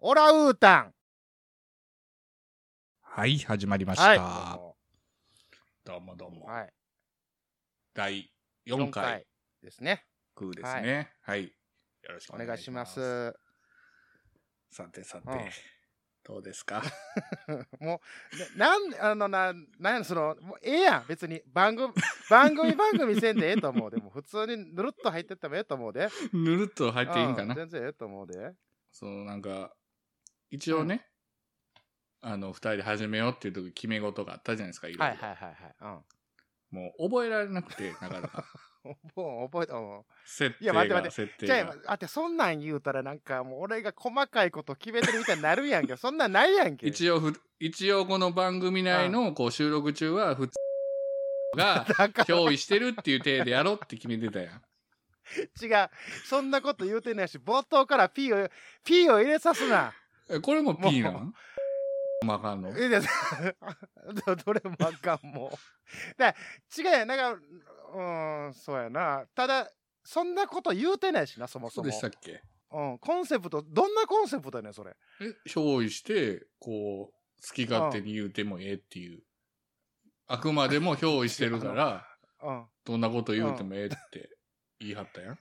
オラウータン。はい、始まりました。はい。どどうもどううもも。はい。第四4回ですね。空ですね、はい。よろしくおお願願いいししま。ますす。さてさて、うんどうですか もう、ななん、あの、な、なんやその、もうええやん。別に、番組、 番組番組せんでええと思うで。もう普通にぬるっと入ってってもええと思うで。ぬるっと入っていいんかうな全然ええと思うで。そのなんか、一応ね、あの、二人で始めようっていう時決め事があったじゃないですか、いろいろはいはいはいはい。もう覚えられなくて、なか なか。うん。もう覚えたも設い定やが、待って待っ設定じが。ゃあ、あって、そんなん言うたら、なんか、もう俺が細かいこと決めてるみたいになるやんけ。そんなんないやんけ。一応ふ、一応この番組内のこう収録中は、普通がだから憑依してるっていう体でやろうって決めてたやん。違う。そんなこと言うてないし、冒頭から P を、P を入れさすな。えこれも P なもんま かんのえ、でどどれもあかん、 もう。だから違うやん。なんか、うーん、そうやな。ただ、そんなこと言うてないしな、そもそそうも。でしたっけうん、コンセプト、どんなコンセプトやねん、それ。え、憑依して、こう、好き勝手に言うてもええっていう。あくまでも憑依してるから、うん。どんなこと言うてもええって言い 張ったやん。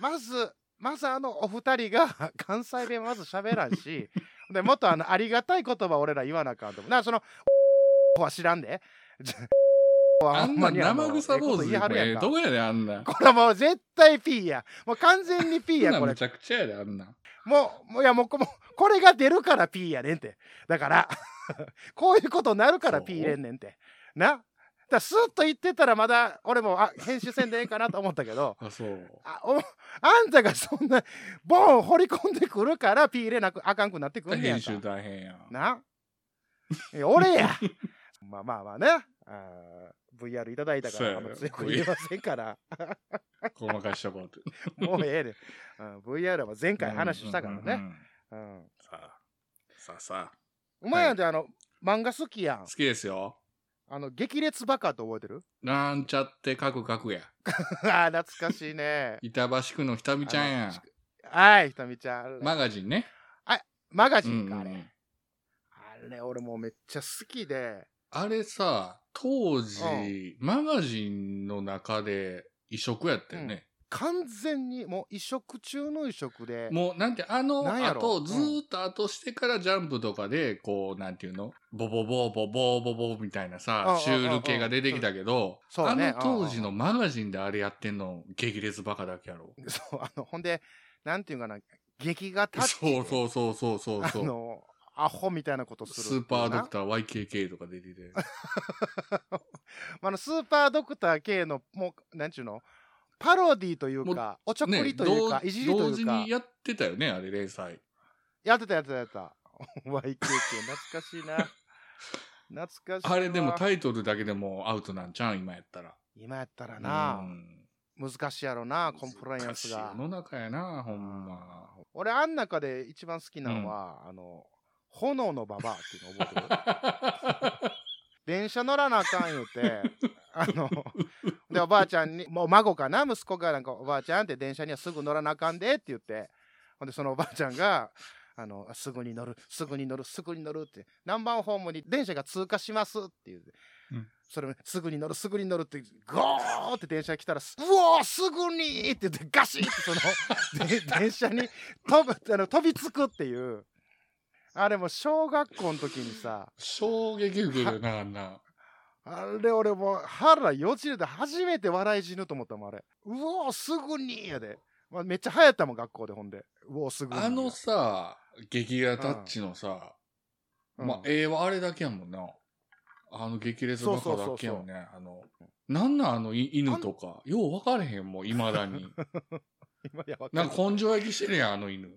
まず、まずあのお二人が 関西弁まず喋らんし、 でもっとあのありがたい言葉俺ら言わなあかんと思う。なその、 は知らんで。 あんな生臭坊主言いで張もるええやんかと。こやで、あんな。これもう絶対 P や。もう完全に P いや、これめ。ちゃくちゃやで、あんな。もう、もういや、もうこ、もうこれが出るから P やねんて。だから、 こういうことになるから P 入れんねんて。な。だからスーッと言ってたらまだ俺もあ編集せんでええかなと思ったけどあ、そう。あおあんたがそんなボン掘り込んでくるからピー入れなくあかんくなってくんねやん編か集大変やん。ないや俺や まあまあまあねあー VR いただいたかそうらやあんま強く言えませんからごまかしとこうって。もうええで、うん、VR は前回話したからうんうんねうんうん。うんさあ、さあさあ。お前やであの漫画好きやん好きですよ。あの激烈バカって覚えてる なんちゃってかくかくや。あー懐かしい ね板橋区のひたみちゃんやあの。はいひとみちゃん、マガジンね。マガジンかうんあうんれ、うんあれ俺もうめっちゃ好きであれさ、当時、マガジンの中で異色やったよね。完全にもう移植中の移植でもう、なんて、あのなんやろ後、うんずーっと後してからジャンプとかで、こう、なんていうのボボボボボボボみたいなうんうんさう、んシュール系が出てきたけど、そうあそうねの当時のマガジンであれやってんの、激烈バカだけやろ。 そう、あの、ほんで、なんていうかな、劇がタッチでそうそうそうそうそうそあう。の、アホみたいなことする。スーパードクタター YKK とか出 てて。ー。あの、スーパードクター系の、もう、なんちゅうの、パロディというか、おちょくりというか、同いじりと同い時うかに、やってたよね、あれ、連載。やってたやってたやって た。YKK、懐かしいな。懐かしいわ。あれでもタイトルだけでもアウトなんちゃうん、今やったら。今やったらな、難しいやろな、コンプライアンス難しがい世。の中やな、ほんま。俺、あん中で一番好きなのは、あの、炎のババアっていうの覚えてる電車乗らなあかん言う てあのでおばあちゃんにもう孫かな息子がなんか「おばあちゃん」って電車にはすぐ乗らなあかんでって言ってほんでそのおばあちゃんがあの「すぐに乗るすぐに乗るすぐに乗る」って「何番ホームに電車が通過します」って言うて、うんそれもすぐに乗るすぐに乗る」ってゴーって電車が来たら「うおーすぐに!」って言ってガシッてそ ので電車に飛ぶあの飛びつくっていうあれも小学校の時にさ 衝撃受けるよな、あんな。あれ俺もう腹よじれて初めて笑い死ぬと思ったもんあれ。うおーすぐにやで。まあ、めっちゃ流行ったもん学校でほんで。うおーすぐに。あのさ、激レアタッチのさ、うんまあ、絵はあれだけやもんな。あの激烈バカだけやもんね。あの、なんなんあのい犬とか。よう分かれへんもん、未 だに。今やばなんか根性焼きしてるやん、あの犬。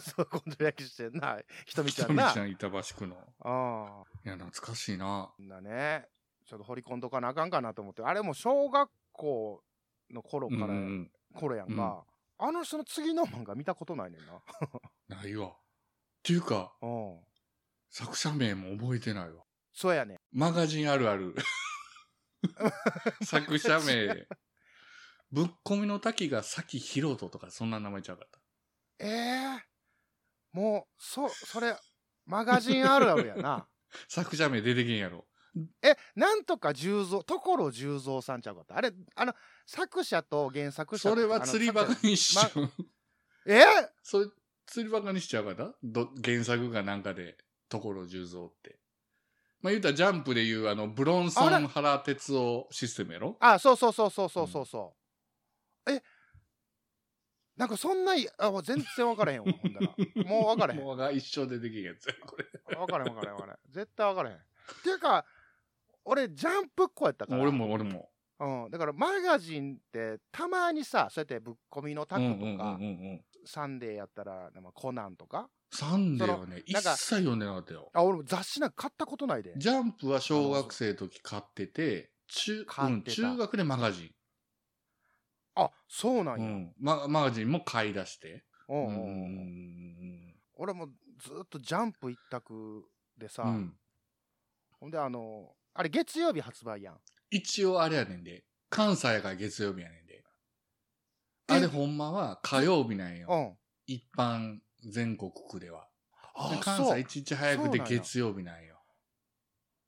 そう、根性焼きしてんな。ひとみちひゃとんみな。ちゃん板橋区の。ああ。いや、懐かしいな。そんなね。ちょっと掘り込んどかなあかんかなと思って。あれも小学校の頃から、うんうん頃やんか。あの人の次の漫画見たことないねんな。ないわ。っていうか、うん。作者名も覚えてないわ。そうやね。マガジンある ある。作者名。ぶっ込みの滝が崎ひろととか、そんな名前ちゃうかっええもそ、それ、マガジンあるあるやな。作者名出てけんやろ。え、なんとか十三、所十三さんちゃうかった。あれ、あの、作者と原作者それは釣りバカにしちゃう。え それ、釣りバカにしちゃうかなど原作がなんかで、所十三って。まあ言うたらジャンプでいう、あの、ブロンソン原哲夫システムやろあ、そうそうそうそうそうそうそう。え、なんかそんな、あ、もう全然分からへ んわ、ほんだら。もう分からへん。もうが一生出てけんや つやこれ。分からへん分からへん分からへん。絶対分からへん。っていうか、俺、ジャンプっ子やったから。俺も俺も。うん、だからマガジンってたまにさそうやってぶっ込みのタうんうクんとか、うんうんうん。サンデーやったらまあコナンとかサンデーはね、一なんか切読んでなかったよ。あ俺も雑誌なんか買ったことないでジャンプは小学生の時買ってて、中、う買っん、てた中学でマガジあそうなんン。うや、ん。ママガジンも買い出して。うんうんううんん俺もずっとジャンプ一択でさ、うん。ほんであのあれ月曜日発売やん一応あれやねんで。関西やから月曜日やねんで。あれほんまは火曜日なんうよ。ん一般全国区では。であ関そう西一日早くそうてなんや月曜日なんよ。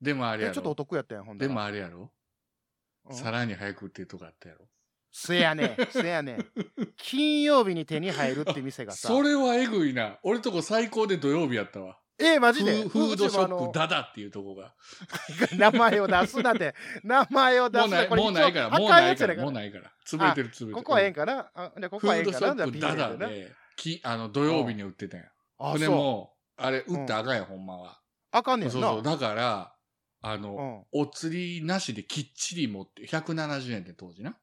でもあれえやちょっとおろ。得やったやんほんだでらもあれやろ。うんさらに早くっていうとこあったやろ。せやねんせやね ん金曜日に手に入るって店がさそれはえぐいな。俺とこ最高で土曜日やったわ。えマジでフフードショうちもあッのプダダっていうとこが。名前を出すなって、名前を出もすうななてい、もうないから、もうないから、もうないから。潰れてる、潰れてる。ここはええんかなあじゃあこフこはえーえんドかシなョッじゃあプ B ダでダなで、きあの、土曜日に売ってたんや。あ、でそう。も、あれ、売ったらあかんやん、ほんまは。あかんねそんうな。そう。だから、あうの、ん。お釣りなしできっちり持って、170円って当時な。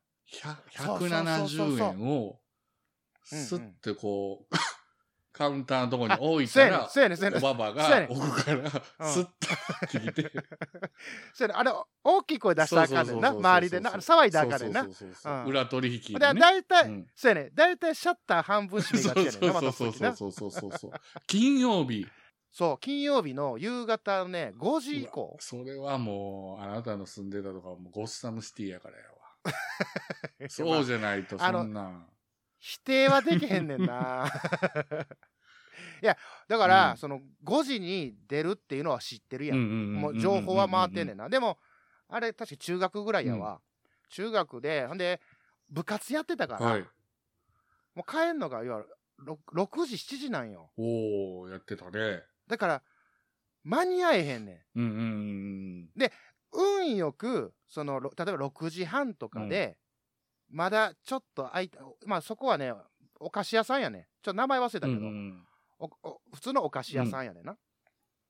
そ100うそうそうそう170円を、うんうんすってこう、 カウンターのとこにあ置いせたやねん、ら、せやねん、せやねおん。ばばそうやねがん奥から、んすっと切って、せやねん。あれ、大きい声出したらあかんねんな。そうそうそうそう周りでな。騒いだらあかんねんなそう。そうそうそううん裏取引で、ね。大う体、んそうやねん。大体シャッター半分そう閉めがちそうやねんな。ま そたうそそのう時なそうそうそうそう。金曜日。そう、金曜日の夕方のね、5時以降。それはもう、あなたの住んでたとかはもうゴッサムシティやからやわ。そうじゃないと、あのそんなん。 否定はできへんねんな。 いや、だから、うんその5時に出るっていうのは知ってるやん。ももう情報は回ってんねんん。な。でも、あれ、確か中学ぐらいやわ。中学で、ほんで、部活やってたから、はい。もう帰んのが、いわゆるろ 6, 時、7時なんよ。おー、やってたね。だから、間に合えへんねん。うんうんうん運よく、その、ろ例えば6時半とかで、まだちょっと空いた、まあそこはね、お菓子屋さんやねん。ちょっと名前忘れたうん。けうど、んうんおお普通のお菓子屋さんやねんな。だか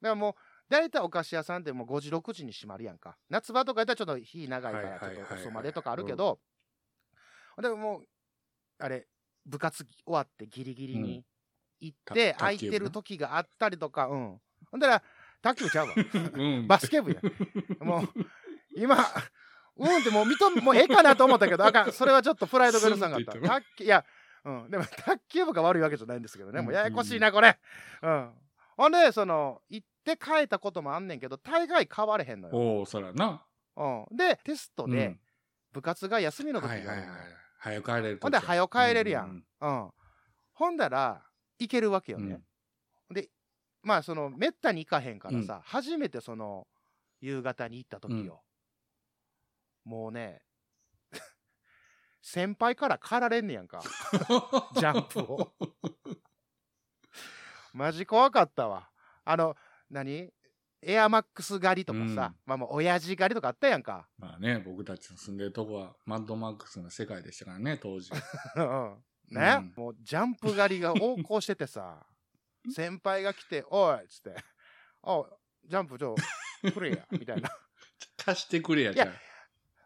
らもう、大体お菓子屋さんってもう5時、6時に閉まるやんか。夏場とかやったらちょっと日長いかはらいちはいはょいっはいと遅までとかあるけど、でももう、あれ、部活終わってギリギリに行って、た空いてる時があったりとか、うん。ほんだら、卓球ちゃ うわ。うん。バスケ部や。もう、今、うんってもう認め、もうええかなと思ったけど、あかん。それはちょっとプライドが許さんかった。スンって言っても卓球、いや、うん。でも卓球部が悪いわけじゃないんですけどね。もうややこしいな、これ。うん。ほんで、その、行って帰ったこともあんねんけど、大概変われへんのよ。 おー、そらな。うん。で、テストうんで、部活が休みの時がはあいるのはいよはい。早く帰れる時。ほんで早帰れるやんうううん。ほんだら、行けるわけようん。うねん。で、まあ、その、めったに行かへんからさ、初めてその、夕方に行った時よ。もうね、 先輩から狩られんねやんか。ジャンプを。マジ怖かったわ。あの、何エアマックス狩りとかさ、うんまあもう親父狩りとかあったやんか。 まあね、僕たちの住んでるとこは、マッドマックスの世界でしたからね、当時。うんうねん、もうジャンプ狩りが横行してて さ、先輩が来て、おいっつって、おジャンプちょ、くれや、みたいな。貸してくれやいじゃやあ。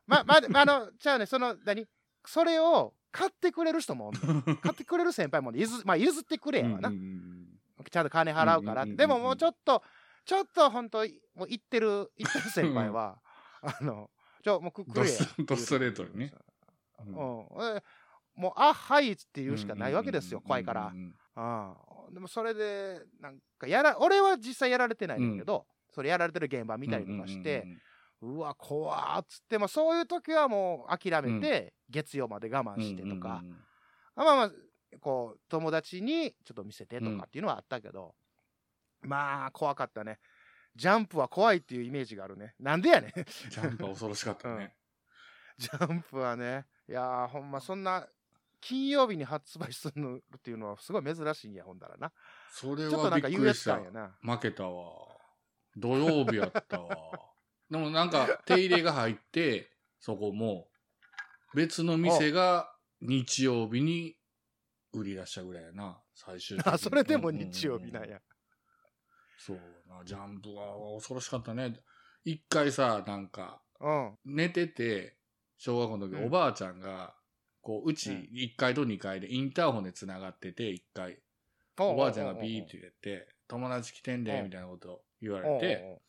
ま、ま、まあの、じゃあね、その、何それを買ってくれる人もおんね ん買ってくれる先輩もおんねん譲、まあ、譲ってくれやわな。うんうんうんちゃんと金払うからって、うんうんうんうんでももうちょっとちょっと本当もう言ってる言ってる先輩はあのちょもうくくれやドスドストレートにね、ううんんえもう「あはい」って言うしかないわけですよ、怖いかうらん、うんうん、でもそれでなんかやら俺は実際やられてないんだけど、それやられてる現場見たりとかして、うわ怖っつって、まあ、そういう時はもう諦めて、月曜まで我慢してとか、うんうんうんまあまあこう友達にちょっと見せてとかっていうのはあったけど、まあ、怖かったね。ジャンプは怖いっていうイメージがあるね。なんでやねん。 ジャンプは恐ろしかったね。ジャンプはね、いやー、ほんま、そんな、金曜日に発売するっていうのはすごい珍しいんや、ほんだらな。それちょっとなはんびかっ優くり越した感。やな。負けたわ。土曜日やったわ。 でもなんか手入れが入って、そこも、別の店が日曜日に売り出したぐらいやな、最終的 にあ、それでも日曜日なん。うんうんうんや。そうな、ジャンプは恐ろしかったね。一回さ、なんか、うん。寝てて、小学校の時、うんおばあちゃんが、こう、ううちん1階と2階でインターホンで繋がってて、1階。おばあちゃんがビーって言って、友達来てんでう、んみたいなこと言わおうおうおれ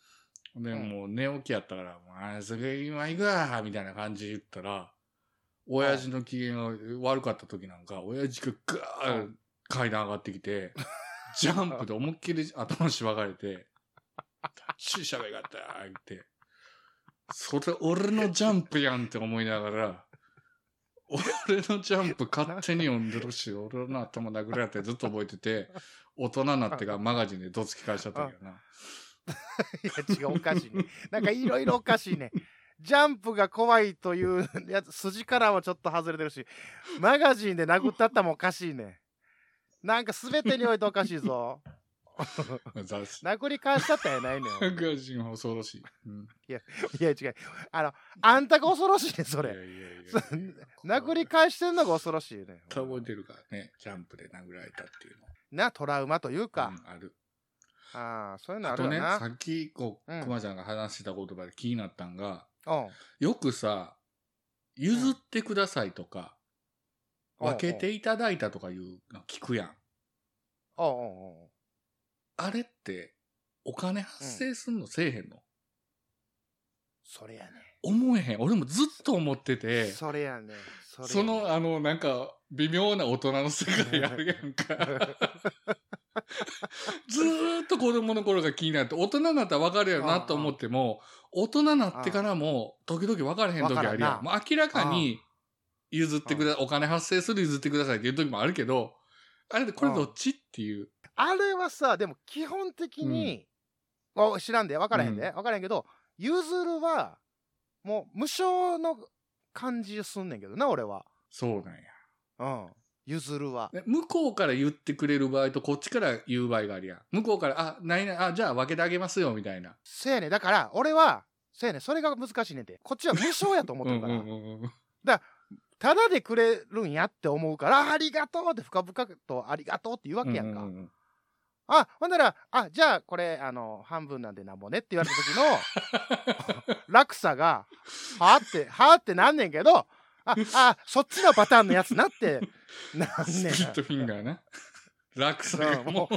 うて、、で、うんもう寝起きやったから、もう、あすぐ今行くわみたいな感じで言ったら、親父の機嫌が悪かった時なんか、親父がガーッ階段上がって きて、ジャンプで思いっきり頭しばかれて、注射がよかった言って、それ俺のジャンプやんって思いながら、俺のジャンプ勝手に読んでるし、俺の頭殴られてずっと覚えてて、大人になってからマガジンでどつき返しちゃったけどな。 いや違うおかしいねなんかいろいろおかしいねジャンプが怖いというやつ筋からはちょっと外れてるしマガジンで殴ったったもおかしいねなんか全てにおいておかしいぞ 雑誌。殴り返したったやないねん マガジンは恐ろしい。うん、いや違うあのあんたが恐ろしいねそいやれいやいやいそや 殴り返してんのが恐ろしいね覚えてるからね、ジャンプで殴られたっていうの。なトラウマというか、うんある。ああそういうのああるとよね、な、さっき、こう、うんくまちゃんが話してた言葉で気になったんが、うんよくさ、譲ってくださいとか、うん分けていただいたとかいうの聞くやん。おうおうおうあれって、お金発生すんのせえへんの、それやね思えへん。俺もずっと思ってて、そそれやねそれやねの、あの、なんか、微妙な大人の世界あるやんか。ずーっと子供の頃が気になって、大人になったら分かるやろなと思っても、大人になってからも、時々分からへん時分あるからや。んなんもう明らかに、譲ってくだ、お金発生する譲ってくださいっていう時もあるけど、あれでこれどっちっていう。あれはさでも基本的に、お知らんで分からへんで、う分からへんけどゆずるはもう無償の感じすんねんけどな俺はそうなんや。うんゆずるはで向こうから言ってくれる場合と、こっちから言う場合があるやん。向こうから、あ、ないない、あ、じゃあ分けてあげますよ、みたいな。せやねんだから俺はせやねんそれが難しいねんてこっちは無償やと思っうてんるうかんらうんうん。ただでくれるんやって思うからありがとうって深々とありがとうって言うわけやんか、うううあほんならあじゃあこれあの半分なんでなんぼねって言われた時の 落差が、はあって、はあってなんねんけど、あ、あ、そっちのパターンのやつなって、なんスねプんリットフィンガ ーな。楽さがも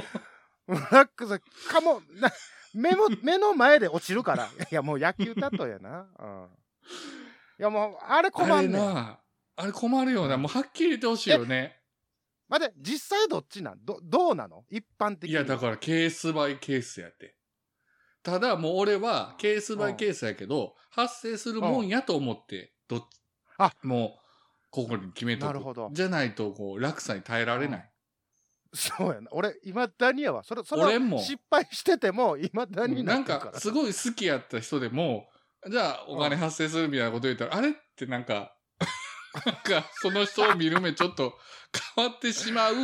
う。な。ラックス、かも、な、目も、目の前で落ちるから。いや、もう野球だとやな。うん。いや、もう、あれ困あれんねん。な、あれ困るよな。もうはっきり言ってほしいよね。待って、実際どっちなんど、どうなの一般的に。いや、だからケースバイケースやって。ただもう俺はケースバイケースやけど、発生するもんやと思って、どっち、あもう、ここに決めとく。なるほどじゃないと、こう、落差に耐えられない。そうやな。俺、いまだにやわ。それ、それ俺もを失敗してても、いまだにななっんてるかか、ら。すごい好きやった人でも、じゃあお金発生するみたいなこと言ったら、あれってなんか、 なんか、その人を見る目ちょっと変わってしまう、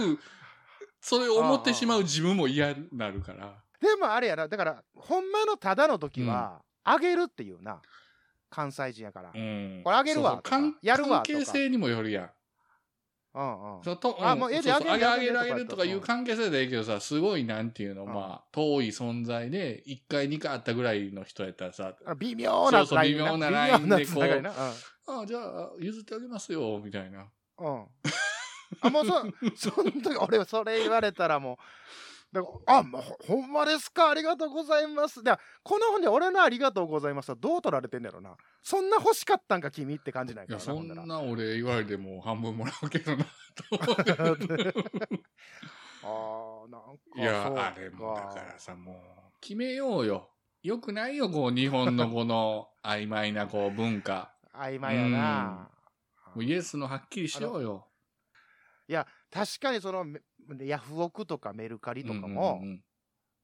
それを思ってしまう自分も嫌になるから。でもあれやな、だから、ほんまのただの時は、あげるっていうな。関西人やから。うんこれあげるわそうそうとか関やるわとか関係性にもよるやん。うんうん。そのとあうんもうええでそうそうああげげるるあげあげるあげるるとかいう関係性でいいけどさ、すごいなんていうの、うんまあ、遠い存在で、一回二回あったぐらいの人やったらさ、あ微妙なそうそう微妙なライン微妙でな繋がりなああ、じゃあ、譲ってあげますよ、みたいな。うん。うん。あ、もうそ、 その時、俺はそれ言われたらもう、だからあ、もうほほんまですか、ありがとうございます。だからこの本で俺のありがとうございますはどう取られてんだろうな。そんな欲しかったんか、君って感じないいかや、らなそほんだらな俺言われても半分もらうけどな、 と思うけどあーなんか。いやそう、あかれも、だからさ、もう、決めようよ。よくないよ、こう、日本のこの曖昧なこう、文化。曖昧やな。もうイエスのはっきりしようよ。確かにそのめヤフオクとかメルカリとかも、うんうんうん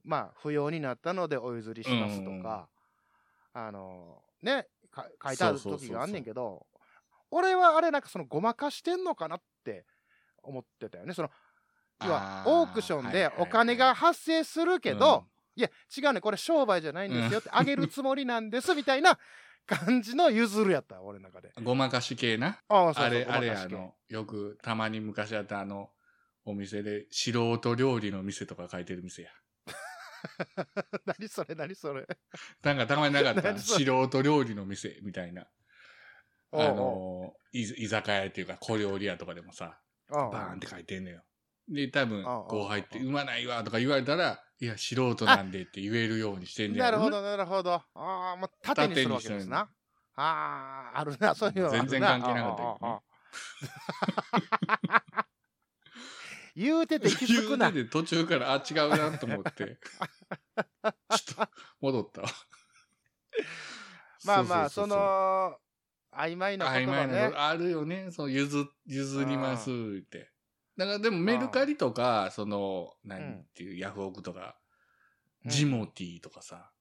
まあ、不要になったのでお譲りしますとか、あの、ね、か書いてあるそうそうそう時そうがあんねんけど、俺はあれなんかそのごまかしてんのかなって思ってたよね。その、要はあーオークションでお金が発生するけど、いや、違うね、これ商売じゃないんですよって、あげるつもりなんですみたいな感じの譲るやった、俺の中で。ごまかし系な。ああ、そうそうあれ、ごまあれ、かあし系の、よくたまに昔あったあの、お店で素人料理の店とか書いてる店や。 何それ、何それ。なんかたまになかった 何そ素れ人料理の店みたいな。おうあおうのい居酒屋っていうか小料理屋とかでもさ、ああバーンって書いてんのよ。で、多分、ああ後輩って、ああうまないわとか言われたら、いや、素人なんでって言えるようにしてんねやなるろほど、なるほど。ああ、もう縦にするわけですな。ああ、あるな、そういうのあるな。全然関係なかったけどねああああああ言うてて気づくな。急にね途中から、あ、違うな と思って。ちょっと、戻ったわ。まあまあ、うそううう、の、曖昧な言曖葉昧なねの。あるよね。その譲、譲りますって。だからでもメルカリとか、その、なんていう、ヤフオクとか、うんジモティーとかさ、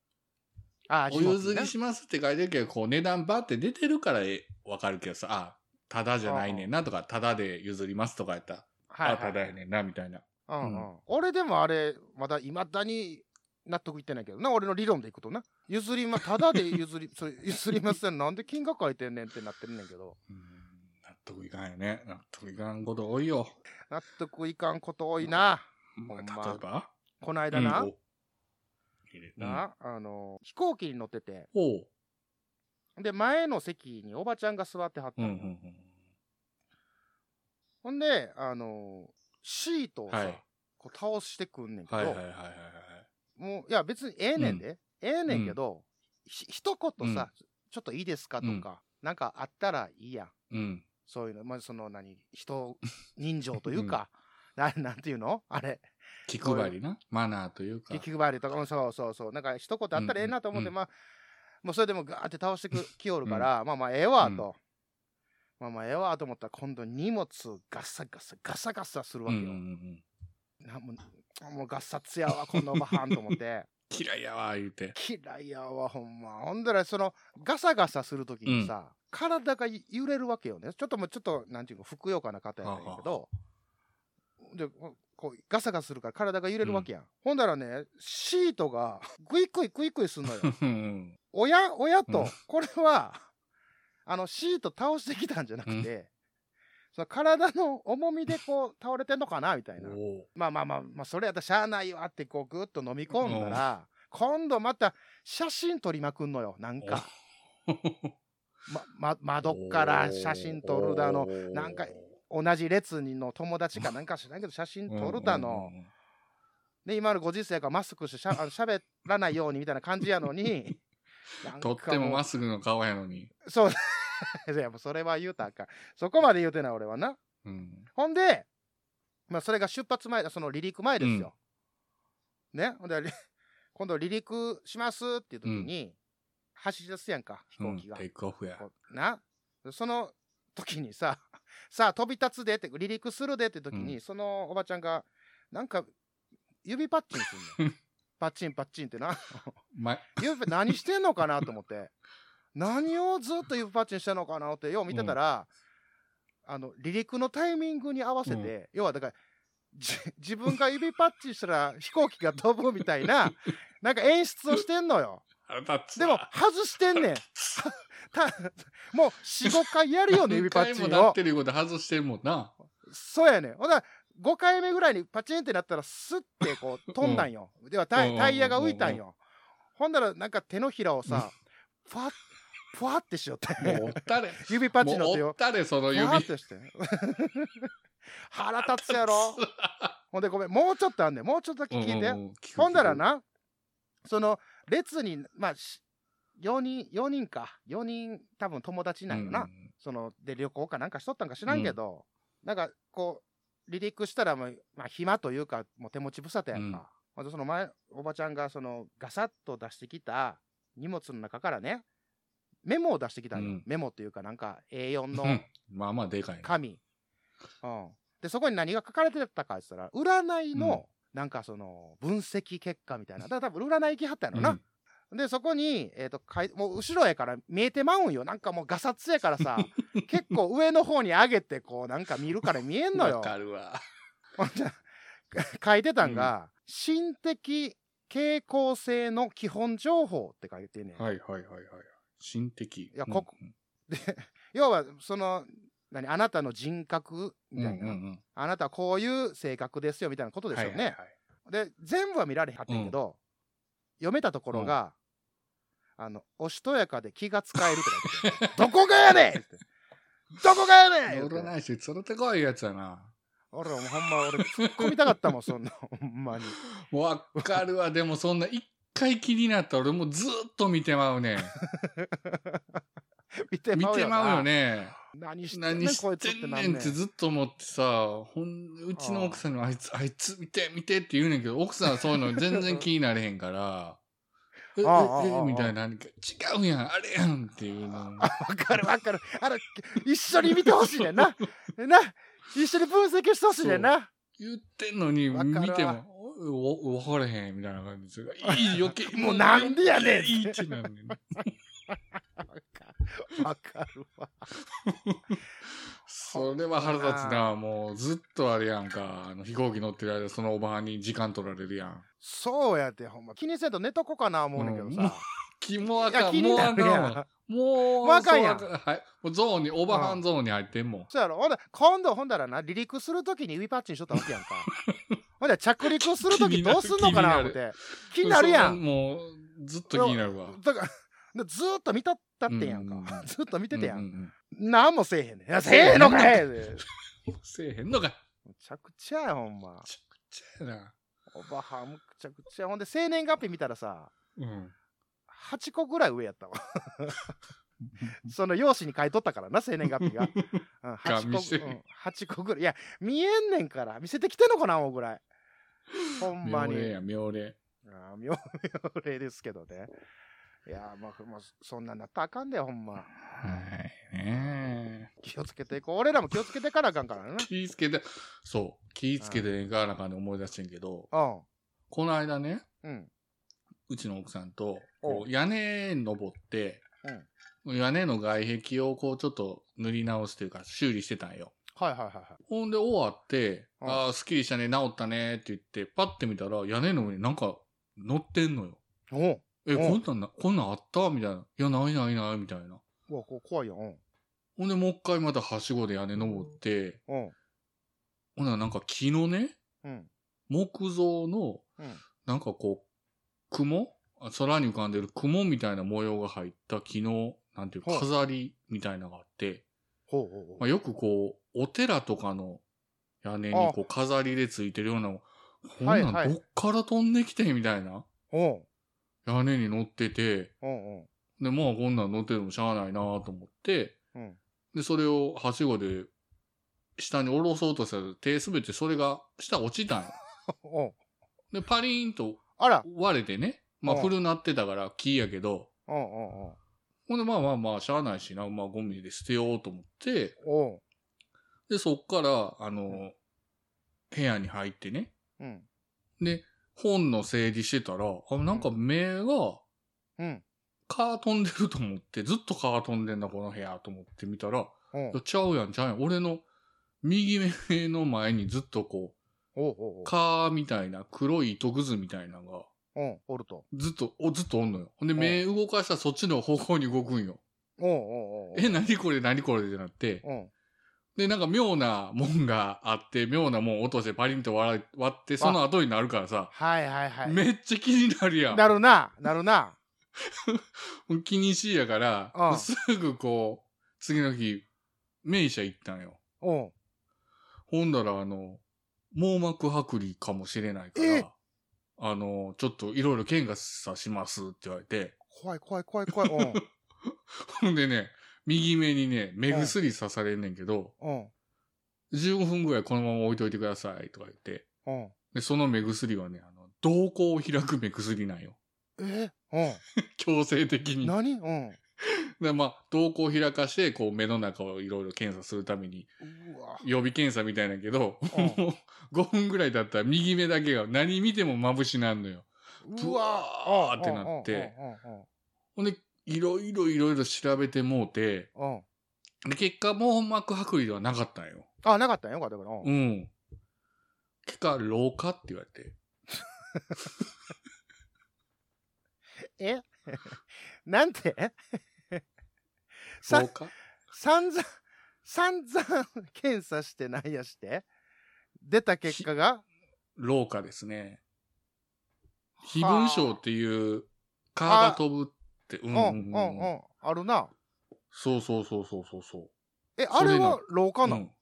ああ、お譲りねしますって書いてるけど、こう値段バって出てるからえわかるけどさ、あ、ただじゃないねんなとか、ただで譲りますとかやったら、はいあ、たはだいやねんなみたいな。うんうん俺でもあれ、まだいまだに納得いってないけどな、俺の理論でいくとな。譲りま、ただで譲り、 それ譲りません。なんで金額書いてんねんってなってるねんけど。うん納得いかんよね。納得いかんこと多いよ。納得いかんこと多いな。まあほん例まえばこないだな、うんお入れな、あの、飛行機に乗ってて、うんおうで、前の席におばちゃんが座ってはったうんの、うんうん。ほんで、あの、シートをさ、はい。こう倒してくんねんけど、はいはいはいはいはい。もう、いや、別にええねんで、ええねんけど、ひ一言さ、ちょっといいですかとか、なんかあったらいいやん。うん。そういうの、まあ、その何、人、人情というか、ななんていうのあれ、気配りな。マナーというか。気配りとかもそうそうそう、なんか一言あったらええなと思って、うんまあ、もうそれでもガーって倒してくきおるから、まあまあええわと、まあまあええわと思ったら、今度荷物ガサガサガサガサするわうんけうよ。んうん。なもうもうガッサツやわ、こんなおばはんと思って。嫌いやわ、言うて。嫌いやわ、ほんま。ほんだら、その、ガサガサするときにさ、体が揺れるわけよね。ちょっともう、ちょっと、なんていうか、ふくよかな方やねんけど、で、こう、ガサガサするから体が揺れるわけやん。ほんだらね、シートが、 グイグイグイグイすん のよ。うん親、親と、うんこれは、あの、シート倒してきたんじゃなくて、その体の重みでこう、倒れてんのかな、みたいな。おうまあまあまあ、まあ、それやったらしゃあないわってこうぐっと飲み込んだら、今度また写真撮りまくんのよ。なんか、ま、ま、窓っから写真撮るだの、なんか同じ列にの友達かなんか知らんけど写真撮るだの。で、今のご時世がマスクしてしゃ あの喋らないようにみたいな感じやのに、なんかとうってもまっすぐの顔やのに。そう。 いや、もうそれは言うたらあかん。そこまで言うてない俺はな。うん。ほんで、まあ、それが出発前だ、その離陸前ですよ。ね、ほんで、り 今度離陸しますっていう時に、走り出すやんか、飛う行ん機が。テイクオフや。こうなその時にさ、 さあ飛び立つでって、離陸するでって時に、うんそのおばちゃんが、なんか、指パッチンすん のよ。パッチンパッチンってな。ま、指パ何してんのかなと思って。何をずっと指パッチンしてんのかなって、よう見てたら、あの、離陸のタイミングに合わせて、う要はだから、じ自分が指パッチンしたら飛行機が飛ぶみたい な、なんか演出をしてんのよ。腹立つでわも、外して んねん。たもう、4、5回やるよね、指パッチ何回もンなをっ。てること外してるもんな。そうやねん。ほんなら5回目ぐらいにパチンってなったら、スッてこう飛んだんよ。ではタうイ、んタイヤが浮いたんよ。ほんなら、なんか手のひらをさ、ふわっ、ふわってしよって。もうおったれ。 指パッチンのも手うおっを。たれ、そのふ指。わってして。 腹立つやろ。 ほんで、ごめん、もうちょっとあんねん。もうちょっとだけ聞いて。てほんだら。な、その、列に、まあ、4人、四人か。4人、多分友達聞くなんよな。。その、で、旅行かなんかしとったんか知らんけど、なんか、こう、離陸したらもう、まあ、暇というか、もう手持ち無沙汰やんか。まずその前、おばちゃんが、その、ガサッと出してきた荷物の中からね、メモを出してきたんよ。うんメモというか、なんか A4 うんのまあまあでかいな。紙。うん。で、そこに何が書かれてたかって言ったら、占いの、なんかその、分析結果みたいな。だから多分占いきはったやろな。で、そこに、えっ、と、かい、もう後ろやから見えてまうんよ。なんかもうガサツやから さ、結構上の方に上げて、こう、なんか見るから見えんのわよ。かるわ。ほんじゃ、 書いてたんが、心的傾向性の基本情報って書いてんねん。はいはいはいはい。心的。いやここ要は、その、何、あなたの人格うんみたいな、うんうんうんあなたはこういう性格ですよみたいなことですよね。はいはいはいで、全部は見られへんかったんやけど、読めたところが、あの、おしとやかで気が使えるって書いてて どこがやねんってどこがやねんって占い師、連れてこいやつやな。俺はもうほんま、俺、突っ込みたかったもん、そんな、 ほんまに。わかるわ。でもそんな、一回気になったら俺もうずっと見てまうねん。 見て見まうてよなまうよね。何してんね何ん、しこいつてってんなねんんねっんてずっと思ってさ、ほんうちの奥さんにもあいつ、あいつ見て見てって言うねんけど、奥さんはそういうの全然気になれへんから、え、え、ああああえ、みたいな、何か違うやん、あれやんっていうの。わかるわかる。あの、一緒に見てほしいねん な。な、一緒に分析してほしいねんな。言ってんのに、わかるわ見ても、おお分からへん、みたいな感じで。 いい、余計、もうなんでやねんいいってなんねん。わかるわ。それは腹立つな、もうずっとあれやんか、あの飛行機乗ってる間、そのおばはんに時間取られるやん。そうやって、ほんま。気にせんと寝とこかな、思うねんけどさ。気もあいやかん、気もにうなあるかやんんわ。もう、わかんやんそうあはい。もうゾーンに、オーバーハンゾーンに入ってんもん。そうやろ。ほんだ今度、ほんだらな、離陸するときにウィパッチンしとったわけやん か。ほんで、着陸するときどうすんのかな、思って。気になるやそんん。なもう、ずっと気になるわ。だから、でずーっと見たったってんやんうんうんうか。んずーっと見ててや。うんんなんもせえへんねん。いや、せえへんのかいめうんせえへんのか。ちゃくちゃや、ほんまめ。ちゃくちゃやな。おばはん、むちゃくちゃ。ほんで、生年月日見たらさ、うん。 8個ぐらい上やっ たわ。その用紙に書いとったからな、生年月日が。うん、8 見せ個、うん、8個ぐらい。いや、見えんねんから。見せてきてんのかな、もうぐらい。ほんま妙齢に。や、妙齢。あー妙 妙齢ですけどね。いやー、まあ、もうそんなんなったらあかんで、ほんま。はい。ね気をつけていこう。俺らも気をつけていかなあかんからな。うんえ。気ぃつけて、そう、気ぃつけてええかなかんで思い出してんけど、。この間ね、うん。うちの奥さんと、おこう屋根登って、屋根の外壁をこうちょっと塗り直すというか修理してたんよ。はいはいはいはい。ほんで終わって、うんああ、スッキリしたね、治ったねって言って、パッて見たら屋根の上になんか乗ってんのよ。おうえ、うんこんなんな、こんなんあったみたいな。いや、ないないない、みたいな。うわ、こ怖いよ。うん。ほんでもう一回またはしごで屋根登って、うん。ほんならなんか木のね、うん。木造の、うんなんかこう、雲あ空に浮かんでる雲みたいな模様が入った木の、なんていうはい飾りみたいなのがあって、ほうほうまほあ、う。よくこう、お寺とかの屋根にこう飾りでついてるような、こんはいなはんいどっから飛んできてみたいなおう屋根に乗ってて、うんうん。で、まあこんなん乗っててもしゃあないなと思って、うんで、それをはしごで下に下ろそうとしたら手すべてそれが下落ちたんよ。おうで、パリーンとあら。割れてね、まあうん古なってたから木やけど、うんうんうん。ほんでまあまあまあしゃあないしな、まあゴミで捨てようと思って、おうで、そっから、あの、部屋に入ってね、うん。で、本の整理してたら、あ、なんか目が、うん。カー飛んでると思って、ずっとカー飛んでんだ、この部屋と思って見たら、おういやちゃうやん、ちゃうやん。俺の右目の前にずっとこおうおうおう、うカーみたいな黒い糸くずみたいなのが、うん。おると。ずっと、お、ずっとおんのよ。ほんで、目動かしたらそっちの方向に動くんよ。おうおうおうおう。え、何これ、何これってなって、うん。で、なんか妙なもんがあって、妙なもん落としてパリンと割ら割って、その後になるからさ、はいはいはい。めっちゃ気になるやん。なるな、なるな。気にしいやから、うんすぐこう、次の日、名医者行ったんよ。うん。ほんだら、あの、網膜剥離かもしれないかえら、あの、ちょっといろいろ検査しますって言われて、怖い怖い怖い怖い。うん。ほんでね、右目にね、目薬刺されんねんけど、うん。 15分ぐらいこのまま置いといてくださいとか言って、うん。で、その目薬はね、あの、瞳孔を開く目薬なんよ。 えうん。強制的に。何うん。で、まあ、瞳孔を開かして、こう、目の中をいろいろ検査するために、うわ。予備検査みたいなんやけど、うんもう、5分ぐらい経ったら右目だけが何見ても眩しなんのよ。うブわ。ワーってなって、うんうんほんで、いろいろいろいろ調べてもうて、うんうん。うんで、結果、網膜剥離ではなかったんよ。あ、なかったんよかったから。うんうん。結果、老化って言われて。え なんて さ老、化散々、散々検査してなんやして、出た結果が、老化ですね。非文章っていう、蚊が飛ぶって、ううんんううんんうんうんうん、あるな。そうそうそうそうそうそう。え、あれそれはな老化なうのん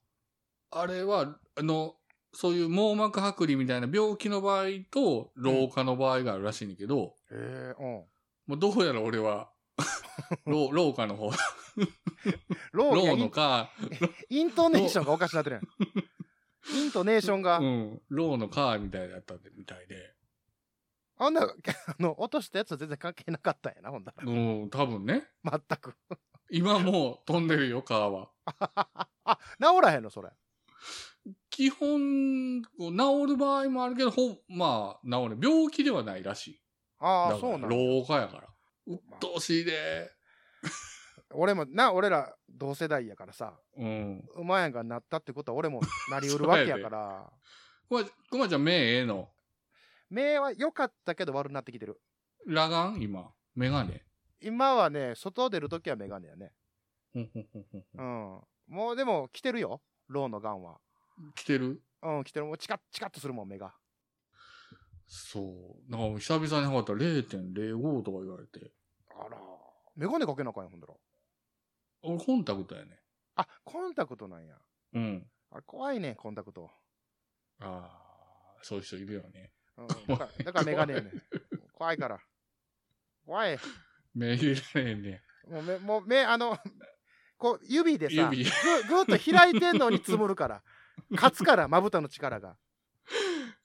あれは、あの、そういう網膜剥離みたいな病気の場合と、老化の場合があるらしいんだけど、へえ、うん。もうどうやら俺 は、老老化の方、老化老イのンか、イントネーションがおかしなってる やん。イントネーションが。うん、老のか、みたいだったみたいで、あん な、あの、落としたやつは全然関係なかったんやな、ほんだら。うん、多分ね、全く。今もう飛んでるよ、蚊は。あ、治らへんの、それ。基本、こう治る場合もあるけど、ほんまあ、治る。病気ではないらしい。ああ、だかそうらなの。老化やから。うっとうしいで。俺も、な、俺ら同世代やからさ、うん。うまいやんがなったってことは俺もなりうるわけや から、くま、くまちゃん目ええの目は良かったけど悪くなってきてる。裸眼今。メガネ。今はね、外出るときはメガネやね。ふんふんふんふんふうんん。もうでも、来てるよ。ローのガンは。来てるうん、来てる。もうチカッチカッとするもん、目が。そう。なんか久々に測ったら0.05とか言われて。あら。メガネかけなあかんやん、ほんだら。俺コンタクトやね。あ、コンタクトなんや。うん。あ、怖いね、コンタクト。ああ、そういう人いるよね。うん、だからだからメガネやねん。怖いから。怖い。目入れられへんね。もう目、もう目、あの、こう、指でさ、ぐ指ぐーっと開いてんのにつむるから。勝つから、まぶたの力が。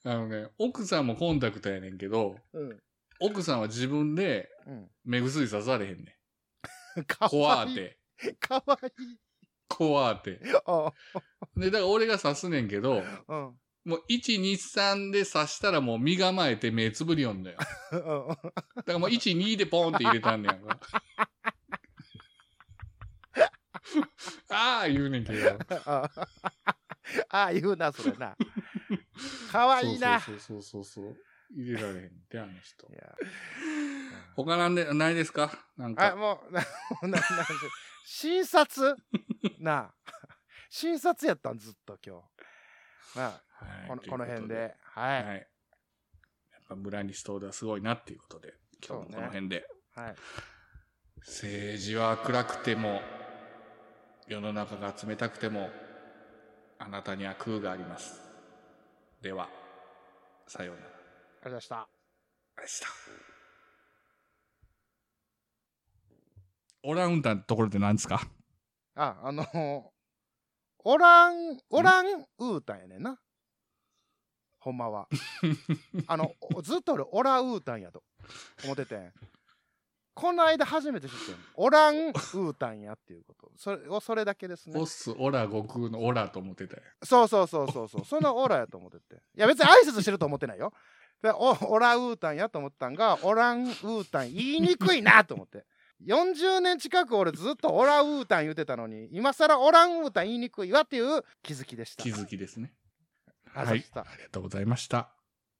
あのね、奥さんもコンタクトやねんけど、うん。奥さんは自分でうん。目薬刺されへんねん。 か怖わいーっい。て。 かわいい。怖ーって。あで、だから俺が刺すねんけど、うん。もう1、2、3で刺したらもう身構えて目つぶりよんだよ。うんうんだからもう1、2でポンって入れたんねやんか。ああ言うねんけど。ああああ、言うな、それな。かわいいな。そうそうそうそうそう。入れられへんって、あの人い。や他なんで、ないですかなんあ、か。もう、な、 な、な、診 察なあ。診察やったん、ずっと今日。まあ、はいこの、この辺。というで。こはとい。はい。やっぱ村西東田すごいなっていうことで、今日もこの辺で。はい。政治は暗くても世の中が冷たくてもあなたには空がありますではさようならありがとうございました。でしたオランウンタンのところって何ですかあ、あのオラン、オランウータンやねんな。ほんま は。あの、おずっと俺、オラウータンやと思っててん。この間初めて知ってん。オランウータンやっていうこと。それ、おそれだけですねオ。スオラ悟空のオラと思ってたよそうそうそうそうそう。そのオラやと思ってて。いや、別に挨拶してると思ってないよ。でおオラウータンやと思ったんが、オランウータン言いにくいなと思って。40年近く俺ずっとオラウータン言ってたのに、今更オランウータン言いにくいわっていう気づきでした。気づきですねありがとうございました。ありがとうございました